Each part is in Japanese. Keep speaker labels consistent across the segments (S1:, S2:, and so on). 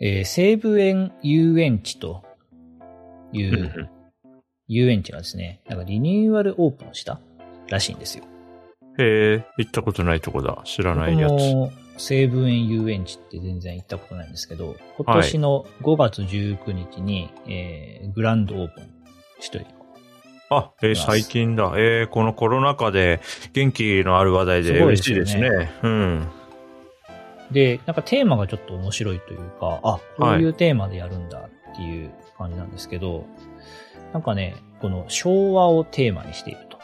S1: えー西武園遊園地とい
S2: うんう
S1: うん遊園地がですね、なんかリニューアルオープンしたらしいんですよ。
S2: へえ、行ったことないとこだ。知らないやつ。
S1: この西武園遊園地って全然行ったことないんですけど、今年の5月19日に、えーグランドオープンしており
S2: あ、えー
S1: ます
S2: 最近だ。えーこのコロナ禍で元気のある話題です
S1: ごいです
S2: 嬉しい
S1: よね
S2: ですね。うん。
S1: で、なんかテーマがちょっと面白いというか、あ、こういうテーマでやるんだっていう感じなんですけど、なんかね、この昭和をテーマにしていると。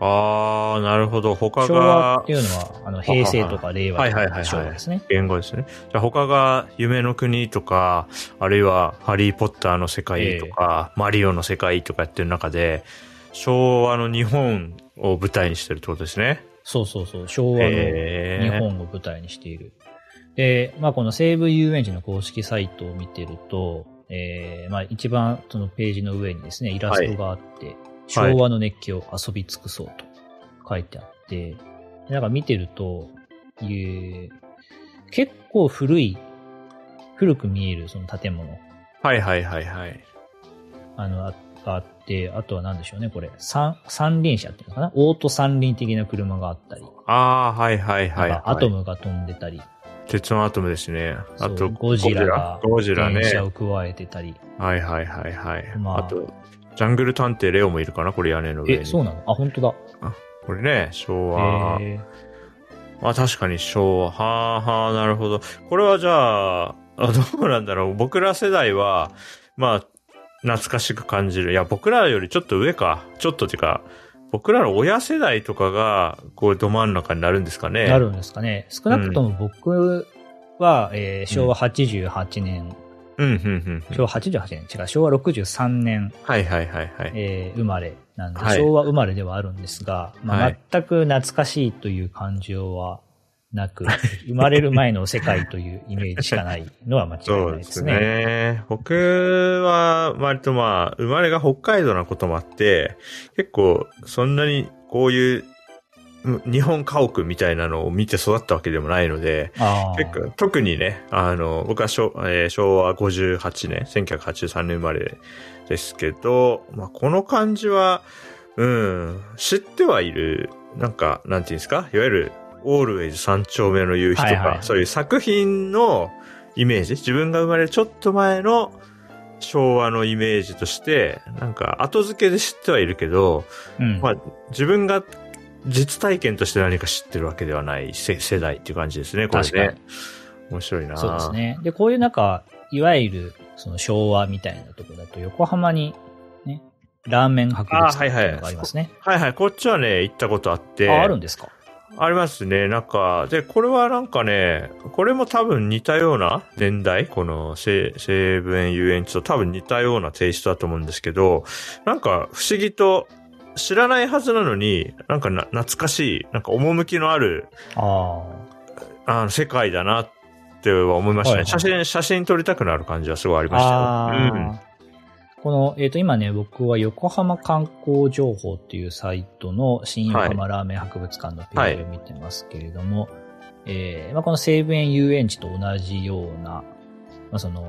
S2: あー、なるほど。他
S1: 昭和
S2: が
S1: って、いうのは、あの、平成とか令和と
S2: はいはいはいは
S1: か
S2: い
S1: 昭和ですね。
S2: 言語ですね。じゃあ他が夢の国とか、あるいはハリーポッターの世界とか、マリオの世界とかやってる中で、昭和の日本を舞台にしてるってことですね。
S1: そうそうそう、昭和の
S2: え
S1: 日
S2: ー、
S1: 本を舞台にしている。で、まあ、この西武遊園地の公式サイトを見てると、えーまあ、一番そのページの上にですね、イラストがあって、昭和の熱気を遊び尽くそうと書いてあって、でなんか見てると、えー結構古い、古く見えるその建物
S2: はいはいはいはい。
S1: あの、あがあって、あとは何でしょうね、これ、三、三輪車っていうのかなオート三輪的な車があったり、
S2: あー、はいはいはい、
S1: な
S2: はい
S1: ん。かアトムが飛んでたり、
S2: 鉄のアトムですね。あ
S1: そ
S2: と、
S1: うゴジラが
S2: ゴジラね。
S1: 電車を加えてたり。
S2: はいはいはいはい。
S1: まあ
S2: あ、と、ジャングル探偵レオもいるかなこれ屋根の上に。
S1: え、そうなのあ、本当だ。
S2: これね、昭和。
S1: へ
S2: まあ確かに昭和。はあはあ、なるほど。これはじゃあ、あどうなんだろう。僕ら世代は、まあ、懐かしく感じる。いや、僕らよりちょっと上か。ちょっとっていうか、僕らの親世代とかが、こう、ど真ん中になるんですかね。
S1: ーなるんですかね。少なくとも僕は、えー昭和88年、
S2: うん、うん、うんうん。
S1: 昭和88年、違う、昭和63年、
S2: はいはいはいはい。
S1: えー生まれなんで、
S2: はい
S1: 昭和生まれではあるんですが、まあ
S2: はい
S1: 全く懐かしいという感情はなく、 生まれる前の世界というイメージしかないのは間違い
S2: そ
S1: な
S2: う
S1: いで
S2: ですす
S1: ね。
S2: ね。僕は、割とまあ、生まれが北海道なこともあって、結構、そんなにこういう、む日本家屋みたいなのを見て育ったわけでもないので、
S1: あ
S2: 結構、特にね、あの、僕は昭,、えー昭和58年、1983年生まれですけど、まあ、この感じは、うん、知ってはいる、なんか、なんていうんですか、いわゆる、オールウェイズ三丁目の夕日とか、
S1: はいはい
S2: そういう作品のイメージ、自分が生まれるちょっと前の昭和のイメージとして、なんか、後付けで知ってはいるけど、
S1: 構、うん
S2: まあ、自分が実体験として何か知ってるわけではない世世代っていう感じですね、これね。
S1: 確かに
S2: 面白いな
S1: そうです。ね。で、こういうなんか、いわゆる、その昭和みたいなとこだと、横浜に、ね、ラーメン博物館っていうのがありますね。
S2: はいはい、こっちはね、行ったことあっ
S1: あ,、
S2: て。
S1: あ、るんですか
S2: ありますね。なんか、で、これはなんかね、これも多分似たような年代、この西西武園遊園地と多分似たようなテイストだと思うんですけど、なんか不思議と知らないはずなのに、なんかな懐かしい、なんか趣のある
S1: あ
S2: あの世界だなっては思いました
S1: は
S2: ね、
S1: いはい
S2: 写真写真撮りたくなる感じはすごいあり
S1: あ。
S2: ましたよ、
S1: あーこの、えっ、と、今ね、僕は横浜観光情報っていうサイトの新横浜ラーメン博物館のページを見てますけれども、えーまあ、この西武園遊園地と同じような、まあ、その、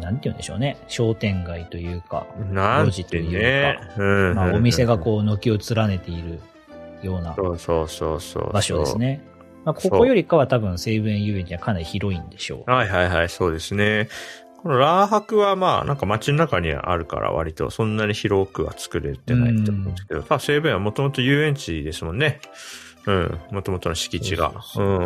S1: なんて言うんでしょうね、商店街という か、
S2: うん、なん
S1: 路地と
S2: て
S1: い
S2: ね
S1: う、
S2: うん
S1: まあ、お店がこう軒を連ねているような
S2: そうそうそうそう
S1: 場所ですね。まあ、ここよりかは多分西武園遊園地はかなり広いんでしょう。
S2: はいはいはいそうですねこのラー博はまあなんか街の中にあるから割とそんなに広くは作れてないって思うんですけど、まあ西武園はもともと遊園地ですもんねうんもともとの敷地が
S1: そううそうそうん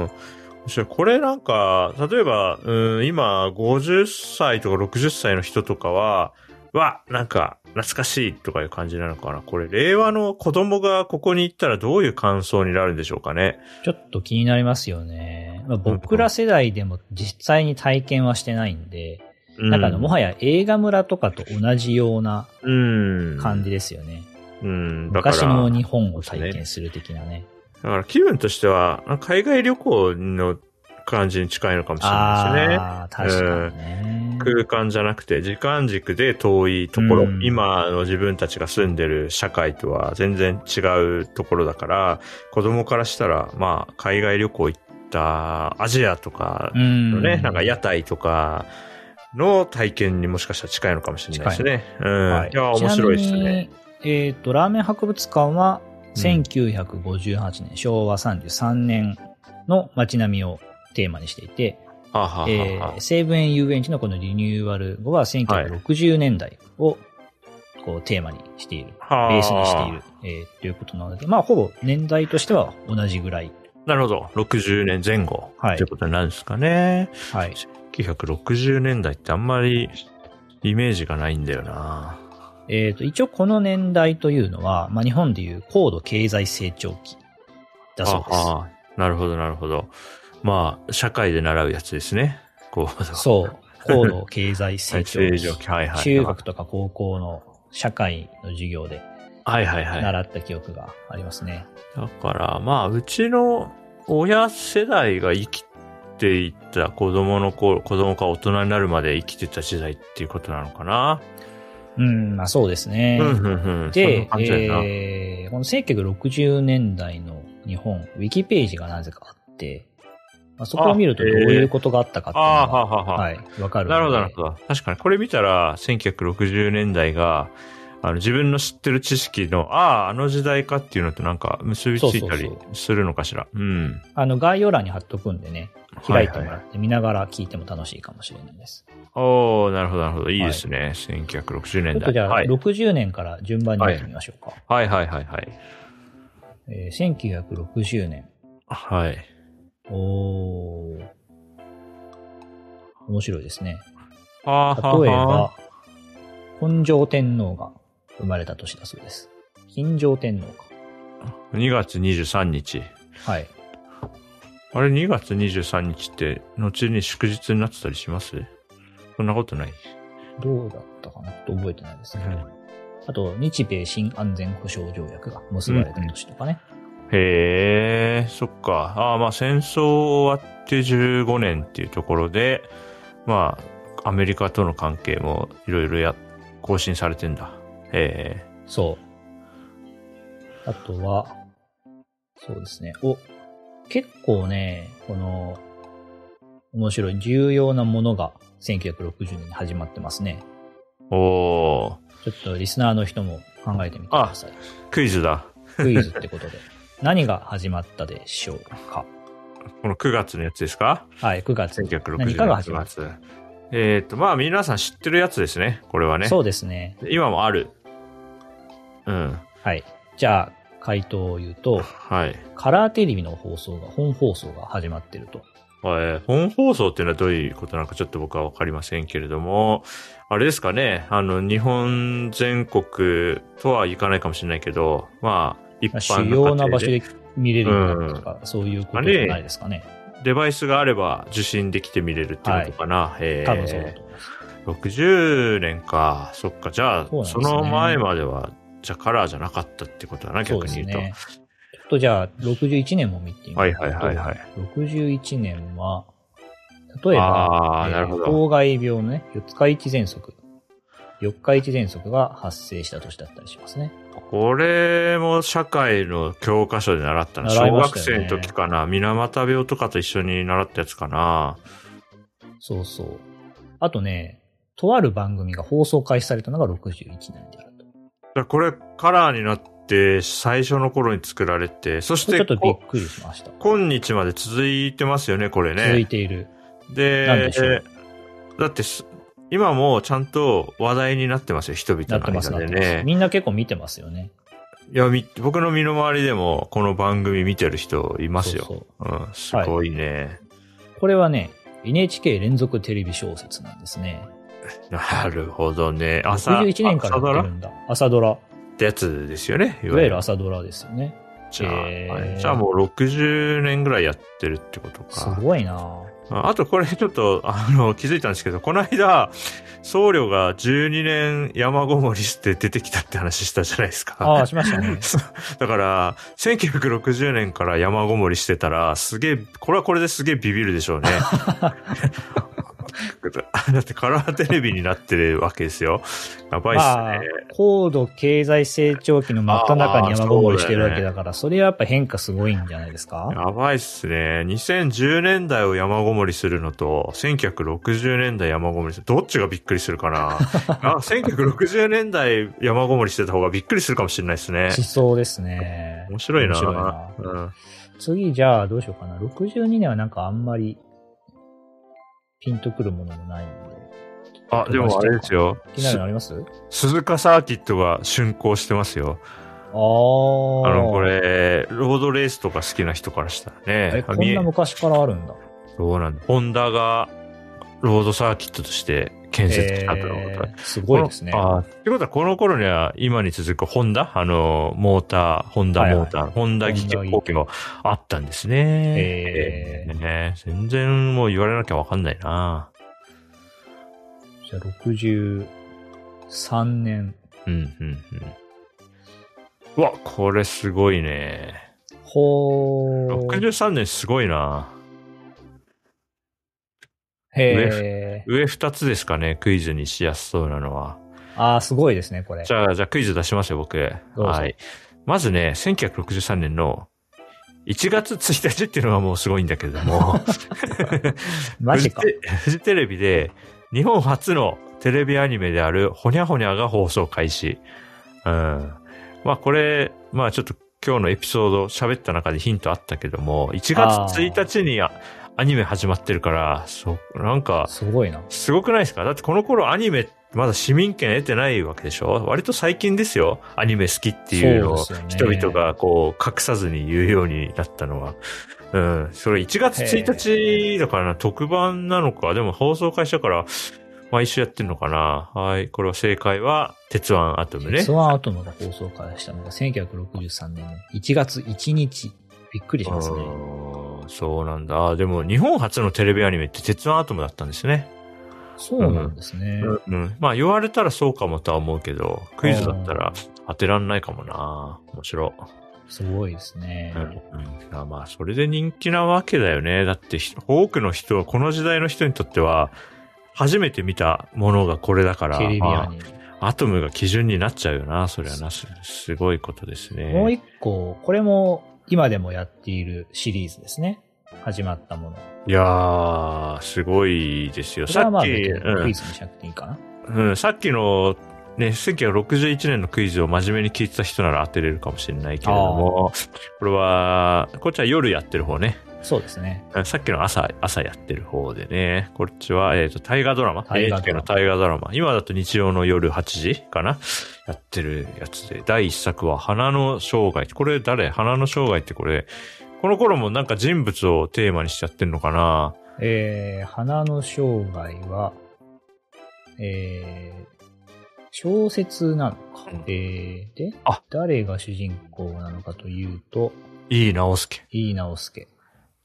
S2: そうこれなんか、例えば、うん、今、50歳とか60歳の人とかは、わ、なんか、懐かしいとかいう感じなのかな。これ、令和の子供がここに行ったらどういう感想になるんでしょうかね。
S1: ちょっと気になりますよね。まあ、僕ら世代でも実際に体験はしてないんで、
S2: な
S1: だからもはや映画村とかと同じような
S2: うん。
S1: 感じですよね。
S2: うん、だから
S1: 昔の日本を体験する的なね。
S2: だから気分としては、海外旅行の感じに近いのかもしれないですね。
S1: ああ、確かにね。
S2: 空間じゃなくて、時間軸で遠いところ、
S1: うん
S2: 今の自分たちが住んでる社会とは全然違うところだから、子供からしたら、まあ、海外旅行行たアジアとか
S1: うん
S2: のね、なんか屋台とかの体験にもしかしたら近いのかもしれないですね。うん。、
S1: はい
S2: や、面白いですね。
S1: ちなみに。えっ、と、ラーメン博物館は、
S2: うん
S1: 1958年、昭和33年の街並みをテーマにしていて、
S2: はあ、はあはあ
S1: えー西武園遊園地のこのリニューアル後は1960年代をこうテーマにしている、
S2: はあ
S1: ベースにしている、えーということなので、まあほぼ年代としては同じぐらい。
S2: なるほど。60年前後。
S1: はい
S2: ということになるんですかね。
S1: はい。
S2: 1960年代ってあんまりイメージがないんだよな。
S1: えっ、と、一応この年代というのは、まあ日本でいう高度経済成長期だそうです。
S2: ああなるほど、なるほど。まあ、社会で習うやつですね。こう、
S1: そう。高度経済成
S2: 成
S1: 長期。
S2: 長期。はいはい。
S1: 中学とか高校の社会の授業で
S2: はいはいはい。
S1: 習った記憶がありますね。
S2: だから、まあ、うちの親世代が生きていた子供の頃、子供が大人になるまで生きてた時代っていうことなのかな。
S1: うん、まあそうですね。
S2: うんうんうん。
S1: で、
S2: そんな感じだよな
S1: えーこの1960年代の日本、ウィキページがなぜかあって、まあ、そこを見ると
S2: あ
S1: ど
S2: へ
S1: う
S2: ー
S1: いうことがあったかっていう
S2: ああ、
S1: のが、
S2: はあはあはあ。
S1: はい、わかるので。
S2: なるほど、なるほど。確かに、これ見たら、1960年代が、あの自分の知ってる知識の、ああ、あの時代かっていうのとなんか結びついたり
S1: そうそう
S2: するのかしら。うん。
S1: あの、概要欄に貼っとくんでね、開いても
S2: は
S1: ら
S2: は
S1: って見ながら聞いても楽しいかもしれないです。
S2: おおなるほど、なるほど。いいですね。1960
S1: ちょ
S2: 年
S1: っと
S2: 代。
S1: じゃあ、
S2: はい。
S1: 60年から順番に見てみましょうか。
S2: はいはいはいはい。
S1: えー1960年。
S2: はい。
S1: おー。面白いですね。
S2: はあ
S1: 例え
S2: はあは
S1: ば、本上天皇が生まれた年だそうです。金城天皇か。
S2: あ。2月23日。
S1: はい。
S2: あれ、2月23日って、後に祝日になってたりしますそんなことない。
S1: どうだったかなちょっと覚えてないですけど。あと、日米新安全保障条約が結ばれた年とかね。
S2: へえ、そっか。ああ、まあ戦争終わって15年っていうところで、まあ、アメリカとの関係もいろいろや、更新されてんだ。へえ。
S1: そう。あとは、そうですね。お、結構ね、この、面白い、重要なものが1960年に始まってますね。
S2: おお
S1: ちょっとリスナーの人も考えてみてください。
S2: ークイズだ。
S1: クイズってこと で。何が始まったでしょうか
S2: この9月のやつですか
S1: はい、9月。
S2: ?1960 年
S1: 何かが始まっ
S2: 9月えーっと、まあ皆さん知ってるやつですね。これはね。
S1: そうですね。
S2: 今もある。うん。
S1: はい。じゃあ、回答を言うと、
S2: はい。
S1: カラーテレビの放送が、本放送が始まってると。
S2: えー本放送っていうのはどういうことなのかちょっと僕はわかりませんけれども、あれですかね、あの、日本全国とはいかないかもしれないけど、まあ、一
S1: まあ
S2: 般
S1: 主
S2: の
S1: 要
S2: 家庭
S1: な場所
S2: で
S1: で見れるようになったとか、そういうことじゃないですかね。
S2: デバイスがあれば受信できて見れるっていうことかな。えー
S1: 多分そうだと思います。
S2: 60年か。そっか。じゃあ、
S1: そう
S2: そ,、
S1: なんですね
S2: の前までは、じゃあカラーじゃなかったってことだな、
S1: そう
S2: 逆
S1: で
S2: に
S1: す
S2: 言うと。
S1: ね。ちょっとじゃあ、61年も見てみま
S2: は
S1: し
S2: い
S1: ょう
S2: はいはいはい。
S1: 61年は、例え
S2: あ
S1: ば、
S2: ーなるほど
S1: 当該病のね、四日市喘息、四日市喘息が発生した年だったりしますね。
S2: これも社会の教科書で習ったな。
S1: 習い
S2: 小
S1: ました
S2: 学
S1: よね
S2: 生の時かな。水俣病とかと一緒に習ったやつかな。
S1: そうそう。あとね、とある番組が放送開始されたのが61年であると。
S2: だからこれカラーになって最初の頃に作られて、そし
S1: これちょ
S2: て
S1: っとびっ
S2: こ
S1: くりしました。
S2: 今日まで続いてますよね、これ
S1: 続い
S2: ね。
S1: ている。なん
S2: で
S1: でしょう
S2: だってす今もちゃんと話題になってますよ、人々
S1: なって
S2: の
S1: ます、な
S2: 間
S1: っ
S2: で
S1: てます。
S2: ね。
S1: みんな結構見てますよね。
S2: いや、み僕の身の回りでもこの番組見てる人いますよ。
S1: そうそう
S2: うん、すごいね。
S1: これはね、NHK 連続テレビ小説なんですね。
S2: なるほどね。朝、
S1: 61年から
S2: 朝ド
S1: や
S2: ラ
S1: ってるんだ。朝ドラ。
S2: ってやつですよね。い
S1: いわゆる朝ドラですよね。
S2: じゃあ、
S1: えー
S2: はいじゃあもう60年ぐらいやってるってこと
S1: す
S2: か。
S1: ごいな
S2: ああとこれちょっと、あの、気づいたんですけど、この間、僧侶が12年山ごもりして出てきたって話したじゃないです
S1: ああ
S2: か
S1: ー、。しましたね。
S2: だから、1960年から山ごもりしてたら、すげえ、これはこれですげえビビるでしょうね。ど、だってカラーテレビになってるわけですよ。やばいっ
S1: まあ
S2: すね。、
S1: 高度経済成長期の真っ只中に山ごもりしてるわけ
S2: あーそうだ
S1: だから、それはやっぱ変化すごいんじゃないですか
S2: やばいっすね。2010年代を山ごもりするのと、1960年代山ごもりする。どっちがびっくりする かなあ、1960年代山ごもりしてた方がびっくりするかもしれないで すね
S1: し。そうですね。
S2: 面白い
S1: 面
S2: な
S1: 白いな
S2: うん。
S1: 次、じゃあどうしようかな。62年はなんかあんまり、ピンとくるものもないので。
S2: あ、でもあれですよ。
S1: 気になるのありますあ
S2: す鈴鹿サーキットが竣工してますよ。
S1: あ。あ
S2: あの、
S1: の
S2: こ。れ、ロードレースとか好きな人からしたら
S1: え、
S2: ね、
S1: こんな昔からあるんだ。
S2: そうなんだ。ホンダがロードサーキットとして建設したということ
S1: えーすごいですね。
S2: このあーってことは、この頃には、今に続くホンダあの、モーター、ホンダモーター、ホンダ機器
S1: ホンダ技
S2: 後期もあったんですね。
S1: えー
S2: ね全然もう言われなきゃわかんないな
S1: じゃあ63年、
S2: うん、うん、うん。うわ、これすごいね。
S1: ほー。
S2: 63年すごいな
S1: へー。
S2: 上2つですかね、クイズにしやすそうなのは。
S1: あー、すごいですね、これ
S2: じ。ゃあ、じゃあクイズ出しますよ、僕。
S1: どうぞ
S2: はい。まずね、1963年の1月1日っていうのがもうすごいんだけれども、
S1: マジか
S2: フ。ジテフジテレビで日本初のテレビアニメであるほにゃほにゃが放送開始。うん。まあこれ、まあちょっと今日のエピソード喋った中でヒントあったけども、1
S1: あ
S2: 月
S1: ー
S2: 1日にあアニメ始まってるから、そう、なんか、
S1: すごいな。
S2: すごくないですかだってこの頃アニメまだ市民権得てないわけでしょ割と最近ですよ。アニメ好きっていうのを
S1: そうです
S2: 人
S1: よね
S2: 々がこう隠さずに言うようになったのは。うん。それ1月1日だからな、特番なのか。でも放送開始だから毎週やってんのかな。はい。これは正解は、鉄腕アトムね。
S1: スワンアトムが放送開始したのが1963年の1月1日。びっくりしますね。
S2: うんそうなんだ。あでも日本初のテレビアニメって鉄腕アトムだったんですね。
S1: そうなんですね。
S2: うん。まあ言われたらそうかもとは思うけど、クイズだったら当てらんないかもな。面白。
S1: すごいですね
S2: う。ん。うん、まあそれで人気なわけだよね。だってひ多くの人、この時代の人にとっては、初めて見たものがこれだから、
S1: テレビア
S2: ま
S1: ニ
S2: あアトムが基準になっちゃうよな。それはな、すすごいことですね。
S1: メ。もう一個、これも今でもやっているシリーズですね。始まったもの。
S2: いやー、すごいですよ。
S1: それ
S2: さ
S1: はま
S2: っ
S1: あ
S2: き、
S1: 別に
S2: う
S1: ク
S2: ん
S1: イズにしなくていいかな。
S2: うん、さっきの、ね、1961年のクイズを真面目に聞いてた人なら当てれるかもしれないけれども、これは、こっちは夜やってる方ね。
S1: そうですね。
S2: うんさっきの朝、朝やってる方でね。こっちは、えっ、と、大河ドラマ。
S1: 大河ド
S2: NHK
S1: ラマ
S2: の大河ドラマ。今だと日曜の夜8時かなやってるやつで。第一作は、花の生涯。これ誰花の生涯ってこれ、この頃もなんか人物をテーマにしちゃってんのかな
S1: えー、花の生涯は、えー、小説なのか。
S2: うん
S1: えー、で
S2: あ、
S1: 誰が主人公なのかというと、
S2: いい直輔。
S1: 井伊直輔。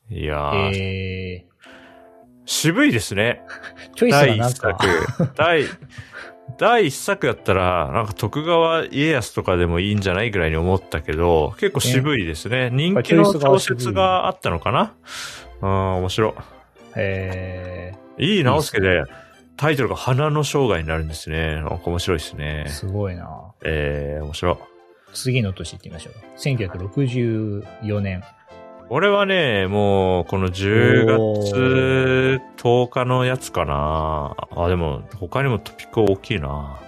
S2: いやー、
S1: え
S2: 渋いですね。
S1: ー、チョイスが
S2: 第
S1: な
S2: 一
S1: んか、
S2: 作。第、第一作やったら、なんか徳川家康とかでもいいんじゃないぐらいに思ったけど、結構渋いですね。人気の小説があったのかなうん、面白
S1: え
S2: い。いい直輔で、タイトルが花の生涯になるんですね。なんか面白いですね
S1: ー、。すごいな
S2: えー、面白い。
S1: 次の年行ってみましょう。1964年。
S2: 俺はね、もう、この10月10日のやつかな。あ、でも、他にもトピック大きいな。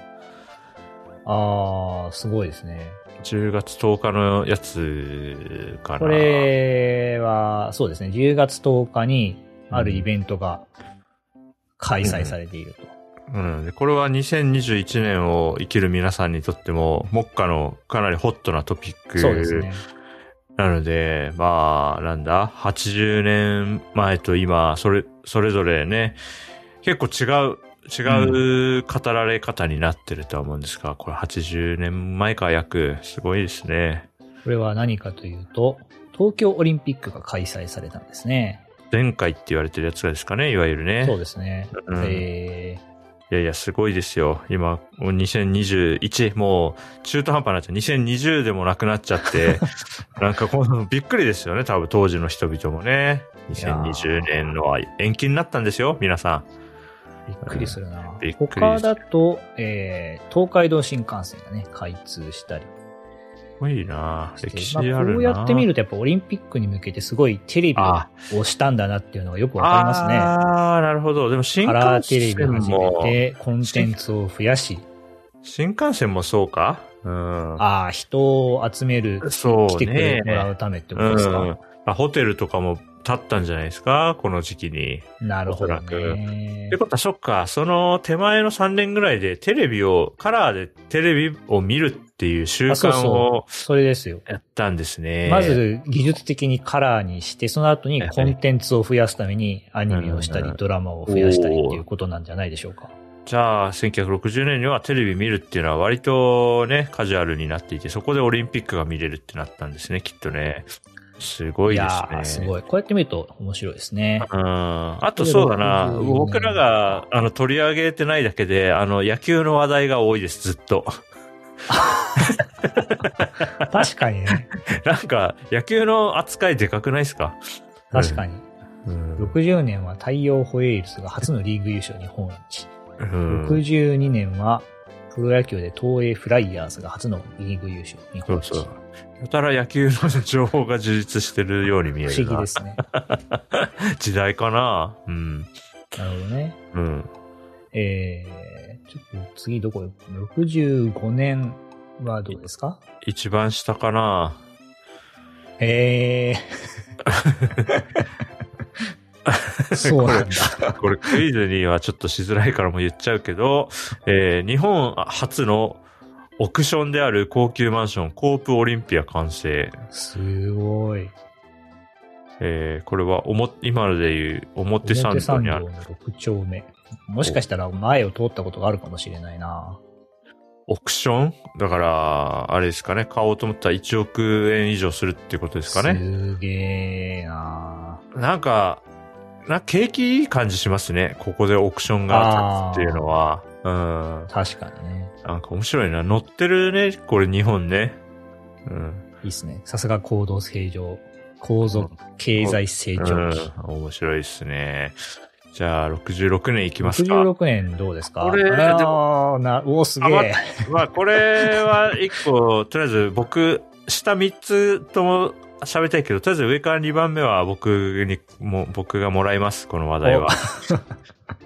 S1: あー、すごいですね。
S2: 10月10日のやつかな。
S1: これは、そうですね。10月10日に、あるイベントが開催されていると。
S2: うん。でこれは2021年を生きる皆さんにとっても、目下のかなりホットなトピッ
S1: そうです
S2: ク
S1: ね。
S2: なので、まあ、なんだ、80年前と今、それ、それぞれね、結構違う、違う語られ方になってるとは思うんですが、これ80年前か約、すごいですね。
S1: これは何かというと、東京オリンピックが開催されたんですね。
S2: 前回って言われてるやつがですかね、いわゆるね。
S1: そうですね。
S2: うん
S1: え
S2: いやいや、すごいですよ。今、もう2021、もう中途半端になっちゃう。2020でもなくなっちゃって、 なんかこの、びっくりですよね、多分当時の人々もね。
S1: いやー
S2: 2020年のは延期になったんですよ、皆さ
S1: ーびっくりするな。
S2: びっくりする
S1: 他だと、えー、東海道新幹線がね、開通したり
S2: いいな
S1: して
S2: 歴史あ
S1: ま
S2: るな、
S1: あ、こうやってみるとやっぱオリンピックに向けてすごいテレビをしたんだなっていうのがよくわかりますね。
S2: ああ、なるほど。でも新
S1: カラー
S2: 幹
S1: テレビ
S2: 線
S1: 始
S2: も、
S1: めて、コンテンツを増やし、
S2: 新幹線もそうかうん。
S1: ああ、人を集める、
S2: そうね。
S1: 来てくれもらうためってこ
S2: う
S1: とです
S2: ん
S1: か。。
S2: あホテルとかも建ったんじゃないですかこの時期に。
S1: なるほど
S2: おそら
S1: ね
S2: って。ことは、そっか、その手前の3年ぐらいでテレビを、カラーでテレビを見るっていう習
S1: あそう
S2: 慣
S1: そ
S2: を
S1: う。それですよ。
S2: やったんですね。
S1: ま、ず技術的にカラーにして、その後に
S2: はい
S1: コンテンツを増やすためにアニメをした
S2: うん
S1: り
S2: うん、
S1: ドラマを増やしたりっていうことなんじゃないでしょうか。
S2: じゃあ、1960年にはテレビ見るっていうのは割とね、カジュアルになっていて、そこでオリンピックが見れるってなったんですね、きっとね。すごいで
S1: や
S2: す
S1: ー
S2: ね。
S1: すごい。こうやって見ると面白いです ね。
S2: うん。あとそうだな、
S1: 64
S2: 僕らがあの取り上げてないだけで、あの野球の話題が多いです、ずっと。
S1: 確かにね。
S2: なんか、野球の扱いでかくないですか
S1: 確かに。
S2: うん。
S1: 60年は太陽ホエールズが初のリーグ優勝日本一。
S2: うん
S1: 62年はプロ野球で東映フライヤーズが初のリーグ優勝日
S2: そ
S1: 本
S2: う
S1: 一。
S2: そう。やたら野球の情報が充実してるように見えるな。
S1: 不思議です ね。
S2: 時代かなうん。
S1: なるほどね。
S2: うん。
S1: えー、ちょっと次どこ行く ?65 年はどうですか
S2: 一番下 かな
S1: えー、そうなんだ。
S2: これクイズにはちょっとしづらいからもう言っちゃうけど、えー日本初のオクションである高級マンション、コープオリンピア完成。
S1: すごい。
S2: えーこれはおも、今のでいう表参
S1: 表
S2: 道
S1: 参
S2: にあ
S1: 道
S2: る
S1: の6丁目。もしかしたら前を通ったことがあるかもしれないな。
S2: オクションだから、あれですかね、買おうと思ったら1億円以上するっていうことですかね。
S1: すげーな
S2: なんか、な、景気いい感じしますね。ここでオクションが立つっていうのは。うん。
S1: 確かにね。
S2: なんか面白いな。乗ってるね、これ日本ね。うん。
S1: いいっすね。さすが行動正常。構造経済成
S2: う
S1: 長
S2: ん
S1: 期。。
S2: 面白いですね。じゃあ、66年いきますか。
S1: 66年どうですか
S2: これ
S1: あ
S2: で
S1: ーな、おおすげ
S2: あ待
S1: え。
S2: まあ、これは一個、とりあえず僕、下3つとも喋りたいけど、とりあえず上から2番目は僕に、もう僕がもらいます、この話題は。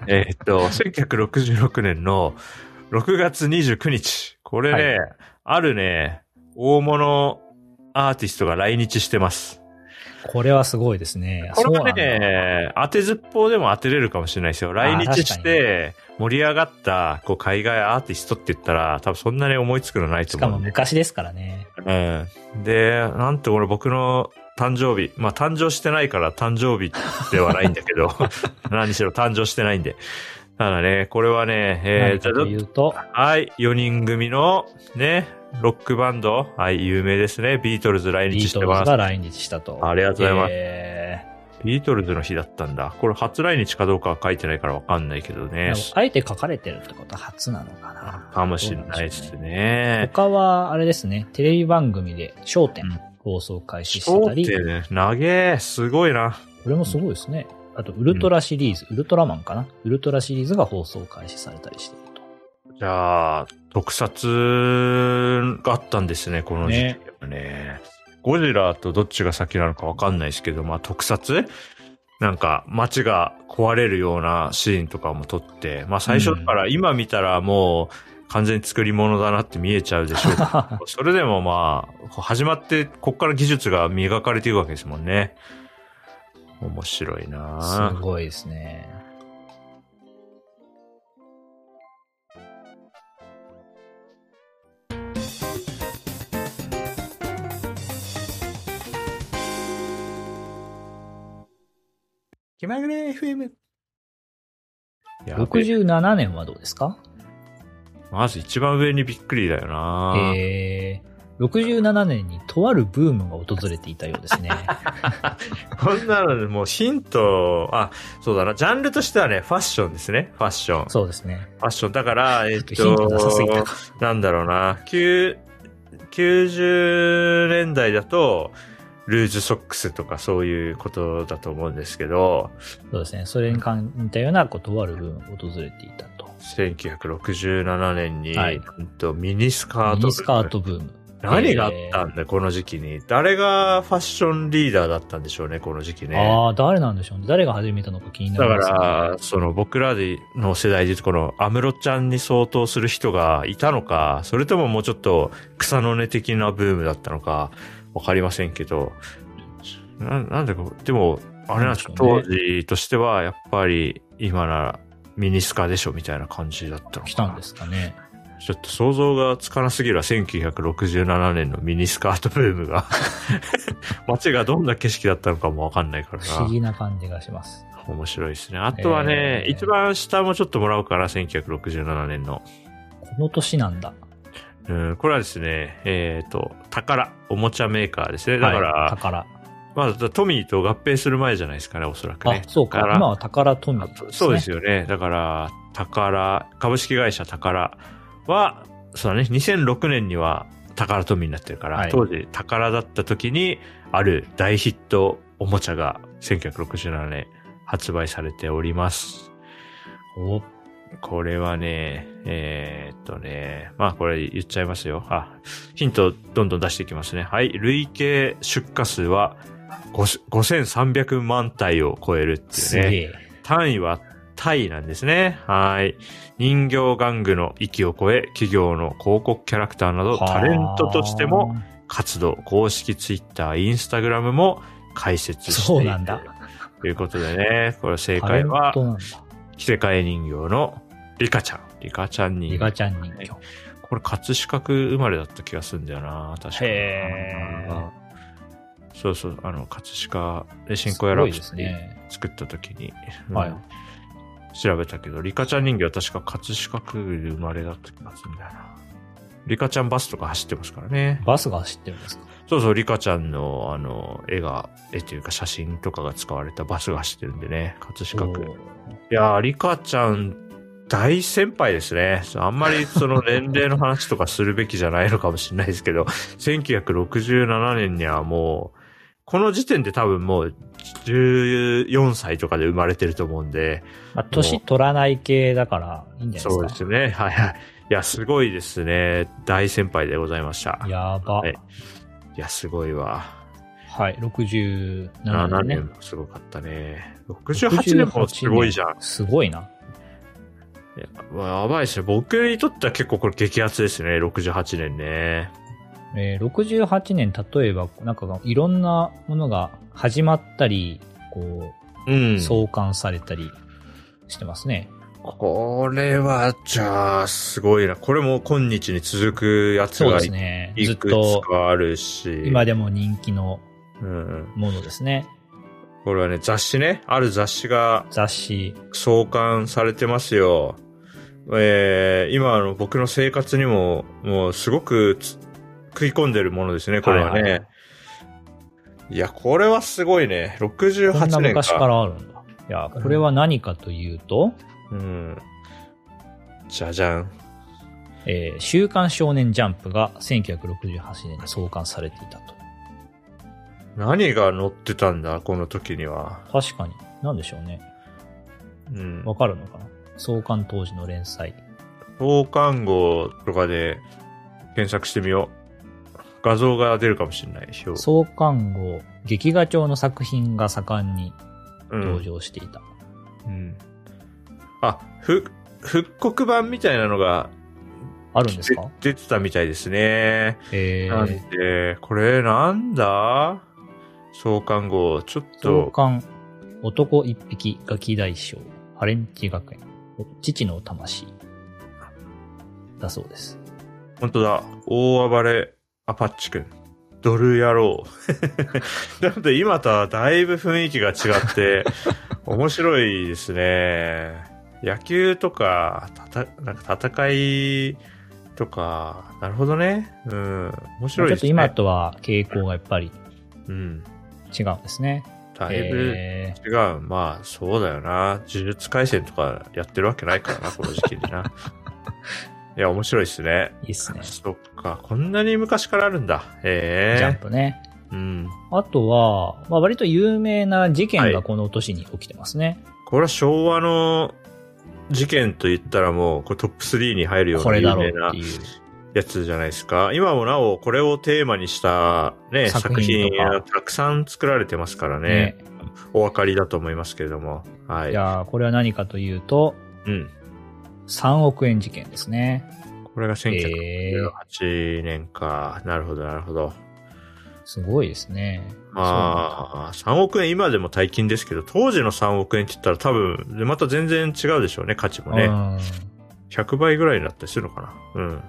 S2: えーっと、1966年の6月29日。これね、あるね、大物アーティストが来日してます。
S1: これはすごいですね。
S2: これ
S1: そうな
S2: は
S1: んだ
S2: ね、当てずっぽうでも当てれるかもしれないですよ。来日して盛り上がったこう海外アーティストって言ったら、多分そんなに思いつくのないと
S1: しか
S2: 思う
S1: も
S2: んで。
S1: 昔ですからね。
S2: うん。で、なんとこれ僕の誕生日、まあ誕生してないから誕生日ではないんだ けど、何しろ誕生してないんで。ただね、これはね、
S1: 何
S2: えー、じゃ
S1: か
S2: あちょ
S1: とい
S2: っと
S1: うと、
S2: はい、4人組のね、ロックバンド、はい、有名ですね、ビートルズ来
S1: ビ
S2: 日
S1: ー
S2: し
S1: ト
S2: て
S1: ルズ
S2: ます。
S1: が来日したと。
S2: ありがとうございます
S1: え
S2: ビートルズの日だったんだ。これ初来日かどうかは書いてないからわかんないけど
S1: ー
S2: ね。
S1: あえて書かれてるってことは初なのかな。
S2: かもしれないです
S1: どうなんでしょうね。
S2: ね。
S1: 他は、あれですね、テレビ番組で焦点
S2: うん
S1: 放送開始して
S2: そ
S1: た
S2: うっ
S1: り、
S2: てね、長え、すごいな。
S1: これもすごいですね。あと、ウルトラシリーズ、ウルトラマンかなウルトラシリーズが放送開始されたりしている
S2: じゃあ、特撮があったんですね、この時期はね。ゴジラとどっちが先なのかわかんないですけど、まあ特撮なんか街が壊れるようなシーンとかも撮って、まあ最初だから今見たらもう完全に作り物だなって見えちゃうでしょうけど。
S1: と。
S2: それでもまあ、こう始まって、こっから技術が磨かれていくわけですもんね。面白いなぁ
S1: すごいですね。
S2: 気まぐれ FM。やべ
S1: 67年はどうですか
S2: まず一番上にびっくりだよなぁ
S1: えー、67年にとあるブームが訪れていたよう ですね。
S2: こんなのでもうヒント、あ、そうだな。ジャンルとしてはね、ファッションですね。ファッション。フ
S1: そうですね。
S2: ァッション。だから、えっ
S1: ヒントなさすぎた
S2: と、なんだろうな。9 90年代だと、ルーズソックスとかそういうことだと思うんですけど、
S1: そうですね。それに似たようなことはある分訪れていたと。
S2: 1967年に、
S1: はい
S2: うんとミニスカート。
S1: ミニスカートブーム。
S2: 何があったんだ、この時期に。誰がファッションリーダーだったんでしょうね、この時期ね。
S1: ああ、誰なんでしょうね。誰が始めたのか気にな
S2: だ
S1: り
S2: か
S1: ます、ね。
S2: ら、その僕らでの世代で言うと、この安室ちゃんに相当する人がいたのか、それとももうちょっと草の根的なブームだったのか、わかりませんけど、ななんでか、でも、あれなんです
S1: な
S2: か、
S1: ん
S2: 当
S1: でしょう
S2: 時としては、やっぱり今ならミニスカでしょみたいな感じだったのかな。
S1: 来たんですかね。
S2: ちょっと想像がつかなすぎるわ、1967年のミニスカートブー ムが。街がどんな景色だったのかもわかんないからな。
S1: 不思議な感じがします。
S2: 面白いですね。あとはね、
S1: えー
S2: 一番下もちょっともらおうかな、1967年の。
S1: この年なんだ。
S2: うん、これはですね、えっ、と、宝、おもちゃメーカーですね。だから、
S1: はい宝。
S2: まあ、トミーと合併する前じゃないですかね、おそらく
S1: あ
S2: ね。、
S1: そうか。
S2: 宝
S1: 今は宝富
S2: あ
S1: 美、
S2: そうです
S1: よ。
S2: よね。だから、宝、株式会社宝は、そうだね、2006年には宝富になってるから、
S1: はい
S2: 当時宝だった時にある大ヒットおもちゃが1967年発売されております。
S1: お
S2: これはね、えーっとね、まあこれ言っちゃいますよ。あ、ヒントどんどん出していきますね。はい、累計出荷数は50 5300万体を超えるっていう
S1: す
S2: ね。
S1: げえ。
S2: 単位はタイなんですね。はい。人形玩具の域を超え、企業の広告キャラクターなど、タレントとしても
S1: は
S2: 活動、公式ツイッター、インスタグラムも開
S1: あ、
S2: 設している
S1: そうなんだ。
S2: ということでね、これ正
S1: タレ
S2: 解
S1: ン
S2: は、
S1: トなんだ。
S2: 着せ替え人形のリカちゃん。リカちゃん
S1: リ
S2: 人
S1: ガ
S2: 形。
S1: ちゃん人形。
S2: これ、葛飾区生まれだった気がするんだよな、確かに
S1: へー。
S2: そうそう、あの、葛飾で進
S1: す
S2: 行やら
S1: ご
S2: ぶ
S1: いですね。
S2: 作った時に、
S1: はい
S2: うん調べたけど、リカちゃん人形は確か葛飾区で生まれだった気がするんだよな。リカちゃんバスとか走ってますからね。
S1: バスが走ってるんですか
S2: そうそう、リカちゃんの、あの、絵が、絵というか写真とかが使われたバスが走ってるんでね、葛飾区。
S1: おー
S2: いやー、リカちゃん、大先輩ですね。そうあんまりその年齢の話とかするべきじゃないのかもしれないですけど、1967年にはもう、この時点で多分もう14歳とかで生まれてると思うんで、
S1: まあ、年取らない系だからいいんじゃないですか。
S2: そうですね。はいはい。いや、すごいですね。大先輩でございました。いや、
S1: やば。
S2: は
S1: はいい、
S2: すごいわ。
S1: 67
S2: 7
S1: 年、ね
S2: 年。もすごかったね。68年もすごいじゃん。
S1: すごいな。
S2: いややばいですね。僕にとっては結構これ激アツですね。68年ね。
S1: えー68年、例えば、なんか、いろんなものが始まったり、こ
S2: うん
S1: う、創刊されたりしてますね。
S2: これは、じゃあ、すごいな。これも今日に続くやつ
S1: そう
S2: が
S1: ですね。ず
S2: い
S1: っ
S2: くつ
S1: と、
S2: かあるし。
S1: 今でも人気の
S2: うん。
S1: ものですね。
S2: これはね、雑誌ね。ある雑誌が
S1: 雑誌。
S2: 創刊されてますよ。えー、今の僕の生活にも、もうすごくつ食い込んでるものですね、これはね。
S1: はいいはい
S2: や、これはすごいね。68年
S1: こ
S2: か。
S1: んな昔からあるんだ。いや、これは何かというと、
S2: うん。じゃじゃん。
S1: えー週刊少年ジャンプが1968年に創刊されていたと。
S2: 何が載ってたんだ、この時には。
S1: 確かに。なんでしょうね。
S2: うん。
S1: わかるのかな創刊当時の連載。
S2: 創刊号とかで検索してみよう。画像が出るかもしれない。表
S1: 創刊号、劇画調の作品が盛んに
S2: う
S1: 登
S2: ん。
S1: 場していた。
S2: うん。あ、ふ、復刻版みたいなのが
S1: あるんですか
S2: で出てたみたいですね。
S1: え
S2: なん
S1: ー、
S2: で、これなんだ創刊号、ちょっ
S1: 創
S2: と、
S1: 刊、男一匹、ガキ大将、ハレンチ学園、父の魂。だそうです。
S2: 本当だ。大暴れアパッチくん。ドル野郎。 なので今とはだいぶ雰囲気が違 って、面白いですね。野球とか、たた、なんか戦いとか、なるほどね。うん。面
S1: ちょ
S2: 白い
S1: っ
S2: です
S1: と
S2: ね。
S1: 今とは傾向がやっぱり
S2: うん。
S1: 違うんですね。
S2: だいぶ違う。
S1: え
S2: まあ、そうだよな。呪術廻戦とかやってるわけないからな、この時期にな。 いや、面白いですね。
S1: ー、いいっすね。
S2: そっか、こんなに昔からあるんだ。
S1: ジャン
S2: ええ
S1: プね。
S2: うん。
S1: あとは、まあ、割と有名な事件
S2: は
S1: が
S2: い
S1: この年に起きてますね。
S2: これは昭和の事件と言ったらもう、これトップ3に入るよう
S1: こ
S2: な
S1: れ
S2: 有
S1: だろう
S2: 名
S1: っ
S2: な
S1: ていう。
S2: やつじゃないですか。今もなお、これをテーマにした、ね、
S1: 作
S2: 作
S1: 品と
S2: 品
S1: か
S2: がたくさん作られてますからね。お分かりだと思いますけれども。はいい。
S1: やーこれは何かというと、
S2: うん。
S1: 3億円事件ですね。
S2: これが1918
S1: えー、
S2: 年か。なるほど、なるほど。
S1: すごいですね。
S2: まあ、3億円今でも大金ですけど、当時の3億円って言ったら多分、でまた全然違うでしょうね、価値
S1: そ
S2: も
S1: うな
S2: ね。
S1: んだ、
S2: 100倍ぐらいになったりするのかな。うん。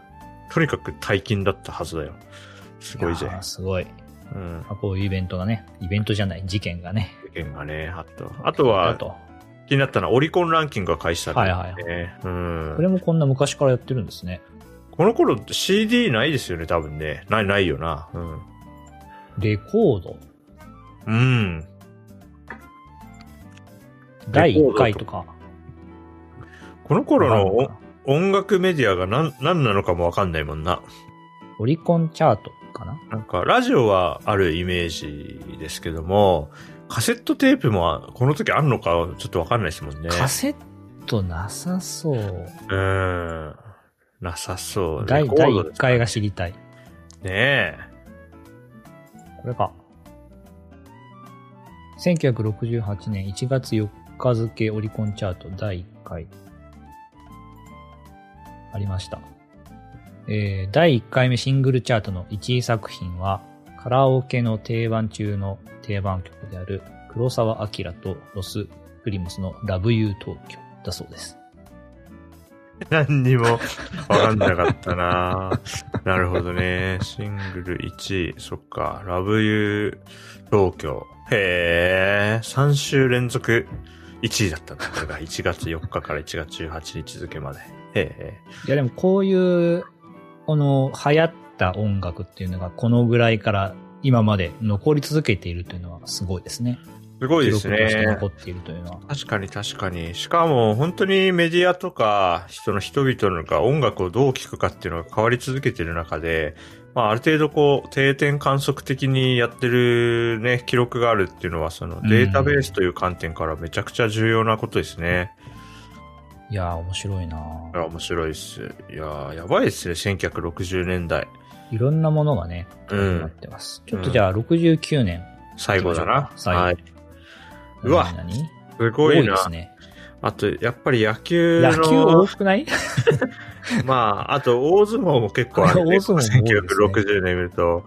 S2: とにかく大金だったはずだよ。す
S1: うん
S2: ごいぜ
S1: やー。すごい。
S2: う
S1: ま
S2: ん。
S1: あこういうイベントがね、イベントじゃない、事件がね。
S2: 意見がね、あと。あと
S1: だ
S2: は、
S1: と。
S2: 気になったのはオリコンランキングが開始されて、ね。
S1: はいはい
S2: うん
S1: これもこんな昔からやってるんですね。
S2: この頃 CD ないですよね、多分ね。ない、ないよな。うん。
S1: レコード。
S2: うん。
S1: 第1回とか。
S2: この頃の
S1: わ
S2: お
S1: かんない
S2: 音楽メディアが何、何なのかもわかんないもんな。
S1: オリコンチャートかな
S2: なんか、ラジオはあるイメージですけども、カセットテープもこの時あんのかちょっとわかんないですもんね。
S1: カセットなさそう。
S2: うん。なさそう。
S1: 第
S2: レコー
S1: 第
S2: ドで
S1: 1
S2: すか
S1: 回が知りたい。
S2: ね
S1: これか。1968年1月4日付オリコンチャート第1回。ありました。えー第1回目シングルチャートの1位作品は、カラオケの定番中の定番曲である黒沢明とロス・プリムスの Love You Tokyo だそうです。
S2: え。何にもわかんなかったな なるほどね。シングル1位。そっか。ラブユー東京。へえ。3週連続1位だったんだ。これが1月4日から1月18日付まで。へえ。
S1: いやでもこういう、この流行った音楽っていうのがこのぐらいから今まで残り続けているというのはすごいですね。
S2: すごいです
S1: 記録として
S2: ね
S1: 残。っているというのは。
S2: 確かに確かに。しかも本当にメディアとか、その人々のが音楽をどう聴くかっていうのが変わり続けてる中で、まあある程度こう定点観測的にやってるね、記録があるっていうのはそのデータベースという観点からめちゃくちゃ重要なことですね。
S1: いやー、面白いない
S2: や、面白いっす。いやー、やばいですね、1960年代。
S1: いろんなものがね、
S2: う
S1: なっ
S2: ん。
S1: てます。ちょっとじゃあ69年。
S2: 最後だな。
S1: 最後
S2: はい。うわ
S1: 何々
S2: すご
S1: 多
S2: い
S1: い
S2: な
S1: で。すね。
S2: あと、やっぱり野球の。
S1: 野球多くない
S2: まあ、あと、大相撲も結構ある、ね。
S1: 大相撲も多いですね
S2: 1960年見ると、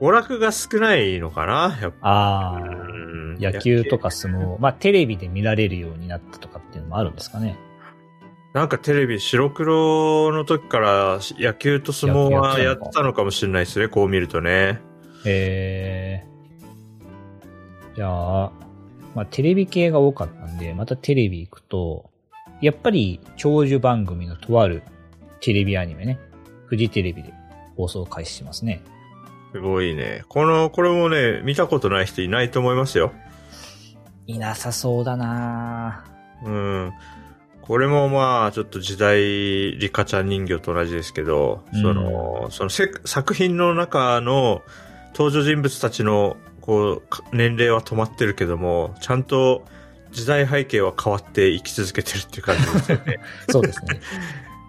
S2: 娯楽が少ないのかなやっぱ。
S1: あ
S2: う
S1: あ。
S2: ん
S1: 野球とか相撲、まあテレビで見られるようになったとかっていうのもあるんですかね。
S2: なんかテレビ白黒の時から野球と相撲はやってたのかもしれないですね、こう見るとね。
S1: えー、じゃあ、まあ、テレビ系が多かったんで、またテレビ行くと、やっぱり長寿番組のとあるテレビアニメね、フジテレビで放送開始しますね。
S2: すごいね。この、これもね、見たことない人いないと思いますよ。
S1: いなさそうだなぁ
S2: うん。これもまあ、ちょっと時代、リカちゃん人形と同じですけど、
S1: うん
S2: その、そのせ作品の中の登場人物たちの、こう、か年齢は止まってるけども、ちゃんと時代背景は変わって生き続けてるっていう感じで すよね。
S1: そうですね。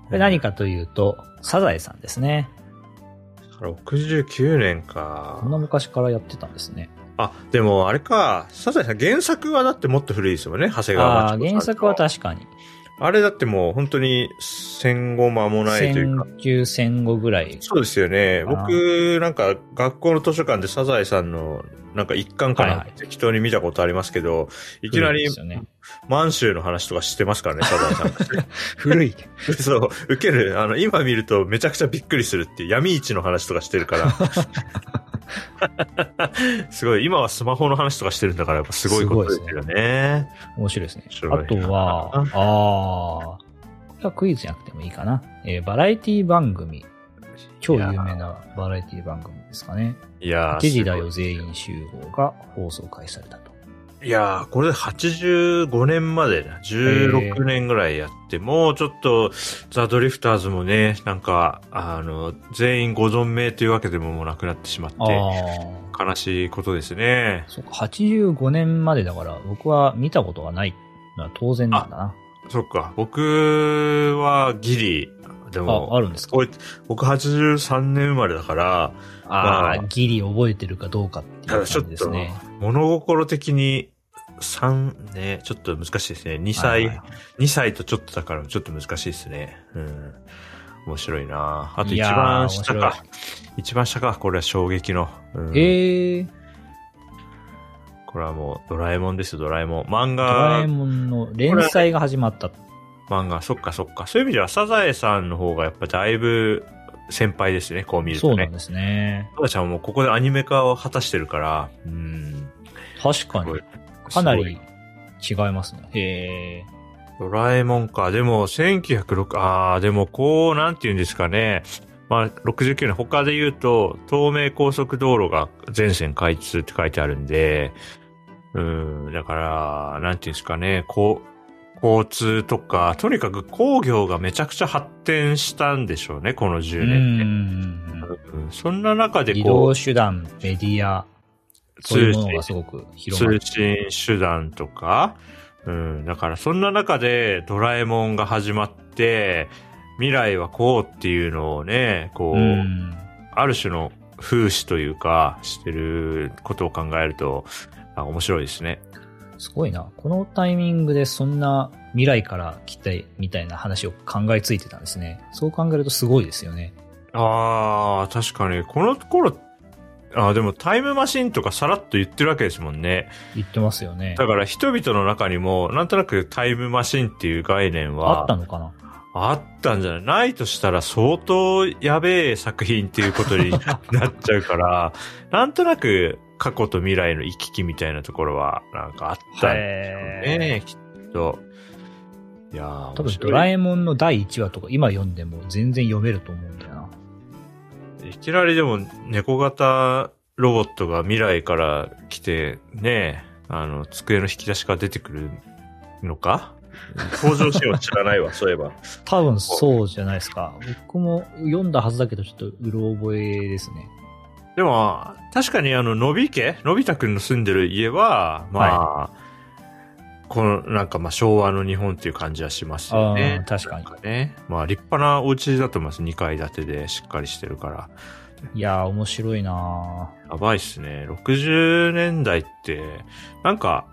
S1: これ何かというと、サザエさんですね。
S2: だから69年
S1: こんな
S2: か。
S1: 昔からやってたんですね。
S2: あ、でもあれか、サザエさん原作はだってもっと古いですもんね、長谷川
S1: ああ、
S2: 町子さん
S1: 原
S2: の
S1: 作は確かに。
S2: あれだってもう本当に戦後間もないというか。
S1: 戦中戦後ぐらい。
S2: そうですよね。
S1: かな
S2: 僕、なんか、学校の図書館でサザエさんの、なんか一巻か
S1: はい
S2: な
S1: はい、
S2: 適当に見たことありますけど、い、きな
S1: 古い
S2: り
S1: ですよね
S2: 満州の話とかしてますからね、サザエさんが。
S1: 古い。
S2: そう、受ける、あの、今見るとめちゃくちゃびっくりするっていう、闇市の話とかしてる から。すごい、今はスマホの話とかしてるんだから、やっぱすごいことですよね。
S1: 面白いですね
S2: 面。白い
S1: あと は、ああー、これはクイズじゃなくてもいいかな。えーバラエティ番組。超有名なバラエティ番組ですかね。
S2: いやー
S1: 1時だ。
S2: すご
S1: よ
S2: い
S1: 全員集合が放送開始されたと。
S2: いやー、これで85年までな、16年ぐらいやって、もうちょっと、ザ・ドリフターズもね、なんか、あの、全員ご存命というわけでももうなくなってしまって、
S1: ああ。
S2: 悲しいことですね。
S1: そうか、85年までだから、僕は見たことがないのは当然なんだな。
S2: そっか、僕はギリ、で
S1: あ、
S2: も、
S1: あるんですか
S2: こうやって僕83年生まれだから、
S1: ああ
S2: まあ
S1: ー、ギリ覚えてるかどうかっていう
S2: た
S1: 感
S2: だちょっ
S1: じです
S2: と
S1: ね。、
S2: 物心的に、3ね、ちょっと難しいですね。2
S1: はい
S2: 歳、
S1: はいはい
S2: 2歳とちょっとだからちょっと難しいですね。うん。面白いなあと
S1: い
S2: 一
S1: やー
S2: 番下
S1: 面
S2: か。一番下か。これは衝撃の。うん
S1: えー、
S2: これはもうドラえもんですよ、ドラえもん。漫
S1: ドラえ
S2: 画、
S1: もんの連載が始まった。
S2: 漫画。そっかそっか。そういう意味ではサザエさんの方がやっぱだいぶ先輩ですね、こう見る
S1: そ
S2: と
S1: うなん
S2: ね。
S1: ですね。
S2: サザエちゃんはもうここでアニメ化を果たしてるから、うん。
S1: 確か
S2: すご
S1: に
S2: い、
S1: かなり違いますね。へえ。
S2: ドラえもんか。でも、1906、あー、でも、こう、なんて言うんですかね。まあ、69年、他で言うと、東名高速道路が全線開通って書いてあるんで、うん、だから、なんて言うんですかね、こう、交通とか、とにかく工業がめちゃくちゃ発展したんでしょうね、この
S1: う
S2: 10年って。
S1: ん。
S2: うんそんな中で、
S1: 移
S2: こ
S1: 動
S2: う、
S1: 手段、メディア、そうい
S2: 通
S1: うもの
S2: 信
S1: がすごく広まっ
S2: 通
S1: て。
S2: 信手段とか、うん、だからそんな中でドラえもんが始まって、未来はこうっていうのをね、こう、
S1: うん。
S2: ある種の風刺というか、してることを考えると、あ面白いですね。
S1: すごいな。このタイミングでそんな未来から来てみたいな話を考えついてたんですね。そう考えるとすごいですよね。
S2: ああ、確かに。この頃、あーでもタイムマシンとかさらっと言ってるわけですもんね。
S1: 言ってますよね。
S2: だから人々の中にも、なんとなくタイムマシンっていう概念は、
S1: あったのかな
S2: あったんじゃないないとしたら相当やべえ作品っていうことになっちゃう から、なんとなく過去と未来の行き来みたいなところはなんかあったんでしょうね、きっと。いやー、
S1: 多
S2: 面
S1: 分
S2: 白
S1: ド
S2: い
S1: ラえもんの第1話とか今読んでも全然読めると思うんだよな。
S2: いきなりでも猫型ロボットが未来から来て、ねあの、机の引き出しから出てくる のか登場シーンは知らないわ、そういえば。
S1: 多分そうじゃないですか。僕も読んだはずだけどちょっとうろ覚えですね。
S2: でも、確かにあの、のび家、のび太くんの住んでる家は、まあ、この、なんかまあ、昭和の日本っていう感じはしますよね
S1: あ。ー確かに
S2: なんね。まあ、立派なお家だと思います。2階建てでしっかりしてるから。
S1: いやー、面白いな
S2: やばいっすね。60年代って、なんか、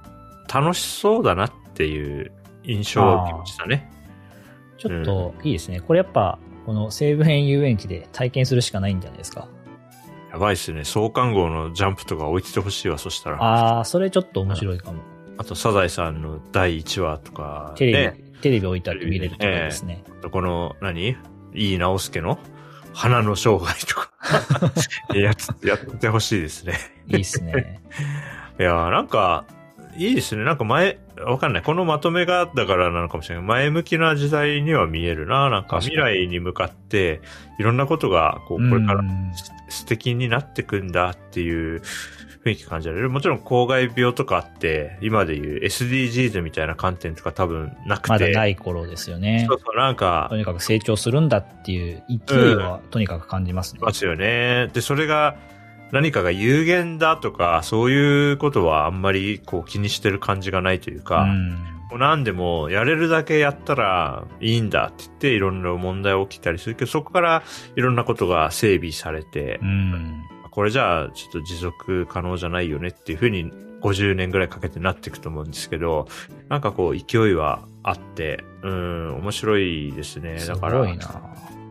S2: 楽しそうだなっていう印象を受けましたね。
S1: ーちょっといいですね。これやっぱ、この西武園遊園地で体験するしかないんじゃないですか。
S2: やばいっすね。創刊号のジャンプとか置いててほしいわ、そしたら。あ
S1: あー、それちょっと面白いかも。
S2: と、サザエさんの第1話とか、
S1: テレ
S2: ね
S1: ビ、テレビ置いてあって見れるとかですね。
S2: この、何いい直輔の花の生涯とか やつ、やってほしいですね。
S1: いいですね。
S2: いやーなんか、いいですね。なんか前、わかんない。このまとめがだからなのかもしれない。前向きな時代には見えるな。なん
S1: 確か
S2: か
S1: に
S2: 未来に向かって、いろんなことが、こう、これから
S1: うん
S2: す素敵になってくんだっていう雰囲気感じられる。もちろん、公害病とかあって、今でいう SDGs みたいな観点とか多分なくて。
S1: まだない頃ですよね
S2: そ。うそう、なんか
S1: と、にかく成長するんだっていう勢いはとにかく感じますね。
S2: ますよね。で、それが何かが有限だとか、そういうことはあんまりこう気にしてる感じがないというか、
S1: うん
S2: もう何でもやれるだけやったらいいんだって言っていろんな問題起きたりするけど、そこからいろんなことが整備されて
S1: う、ん。
S2: これじゃあちょっと持続可能じゃないよねっていうふうに50年ぐらいかけてなっていくと思うんですけど、なんかこう勢いはあって、うん、面白いですね。
S1: す
S2: だから。
S1: ごいな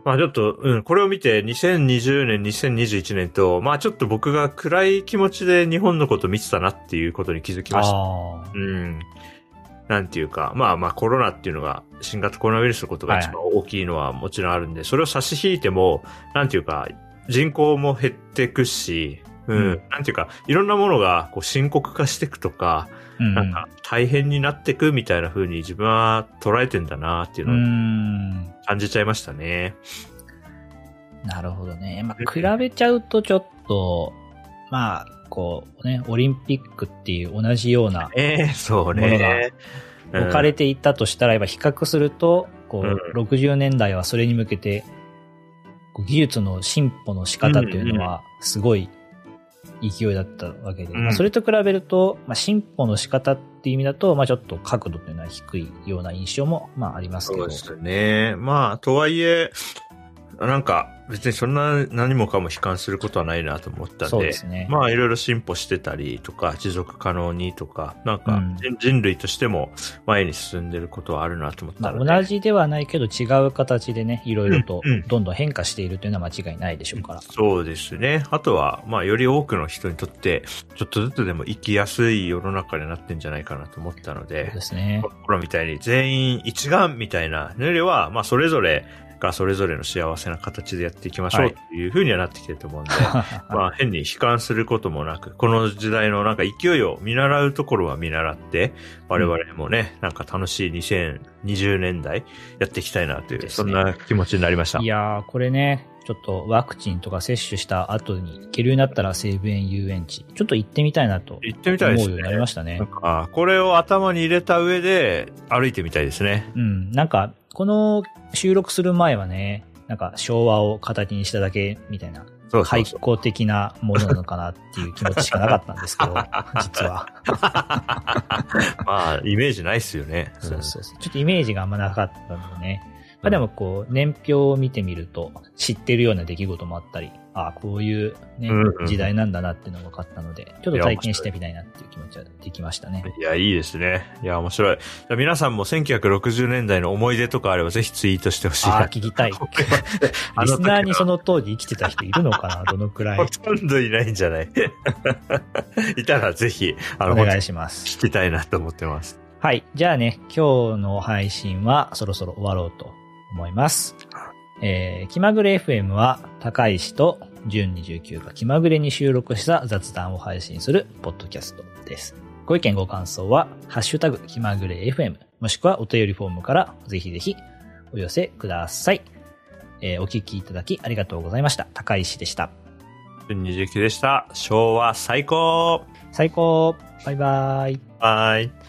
S2: まあちょっと、うん、これを見て、2020年、2021年と、まあちょっと僕が暗い気持ちで日本のこと見てたなっていうことに気づきました。
S1: あー
S2: うん。なんていうか、まあまあコロナっていうのが、新型コロナウイルスのことが一番大きいのはもちろんあるんで、それを差し引いても、なんていうか、人口も減ってくし、うん、
S1: うん
S2: なんていうか、いろんなものがこう深刻化していくとか、
S1: うん
S2: なんか大変になっていくみたいな風に自分は捉えてんだなっていう
S1: う
S2: のを
S1: ん。
S2: 感じちゃいましたね。
S1: なるほどね。まあ、比べちゃうとちょっと、まあ、こうね、オリンピックっていう同じような
S2: ええそう
S1: ものが
S2: ね。
S1: 置かれていたとしたら、やっぱ比較すると、こう、
S2: うん
S1: 60年代はそれに向けて、こう技術の進歩の仕方っていうのは、すごい勢いだったわけで、
S2: うん
S1: まあそれと比べると、まあ、進歩の仕方っていう意味だと、まあちょっと角度っていうのは低いような印象も、まあありますけ
S2: そ
S1: ど。
S2: うですね。まあ、とはいえ、なんか、別にそんな何もかも悲観することはないなと思ったん
S1: そう
S2: で、
S1: ですね。
S2: まあ、いろいろ進歩してたりとか、持続可能にとか、なん
S1: う
S2: か
S1: ん、
S2: 人人類としても前に進んでることはあるなと思った
S1: まあ、
S2: ので。
S1: 同じではないけど違う形でね、いろいろと
S2: うんうん
S1: どんどん変化しているというのは間違いないでしょうから。
S2: そうですね。あとは、まあ、より多くの人にとって、ちょっとずつでも生きやすい世の中になってんじゃないかなと思ったの
S1: そう
S2: で
S1: で、すね
S2: こ。のみたいに全員一丸みたいなのよりは、まあ、それぞれがそれぞれの幸せな形でやっていきましょ
S1: は
S2: う
S1: い
S2: というふうにはなってきてると思うんで、まあ、変に悲観することもなく、この時代のなんか勢いを見習うところは見習って、我々もね、なんか楽しい2020年代やっていきたいなという、
S1: です
S2: そ
S1: ね
S2: んな気持ちになりました。
S1: いやー、これね、ちょっとワクチンとか接種した後に行けるようになったら西武園遊園地、ちょっと行ってみたいなと
S2: 行ってみ
S1: 思
S2: た
S1: う
S2: いで
S1: よ
S2: す
S1: うになり
S2: ね。
S1: ましたね
S2: なん。か、これを頭に入れた上で歩いてみたいですね。
S1: うん。なんか、この収録する前はね、なんか昭和を形にしただけみたいな、
S2: そうそう
S1: 廃
S2: そう。
S1: 校的なものなのかなっていう気持ちしかなかったんです けど、実は。
S2: まあ、イメージないっすよね。
S1: そうそうそう。ちょっとイメージがあんまなかったのでね。まあでもこう、年表を見てみると、知ってるような出来事もあったり、ああ、こういうね
S2: うんう、ん
S1: 時代なんだなっていうのが分かったので、ちょっと体験してみたいなっていう気持ちはできましたね。
S2: いや、いいですね。いや、面白い。じゃあ皆さんも1960年代の思い出とかあればぜひツイートしてほしい
S1: ああ、
S2: な。
S1: 聞 きたい。 リ
S2: あの
S1: ス
S2: 時は
S1: ナーにその当時生きてた人いるのかなどのく らい
S2: ほ。とんどいないんじゃない いたらぜひ、あの、
S1: お
S2: 本当
S1: 願
S2: に
S1: いします。
S2: 聞きたいなと思ってます。
S1: はい。じゃあね、今日の配信はそろそろ終わろうと思います。えー、気まぐれ FM は、高石と純29が気まぐれに収録した雑談を配信するポッドキャストです。ご意見ご感想は、ハッシュタグ気まぐれ FM、もしくはお便りフォームからぜひぜひお寄せください。えー、お聞きいただきありがとうございました。高石でした。
S2: 29でした。昭和最高
S1: 最高バイバイ
S2: はーい。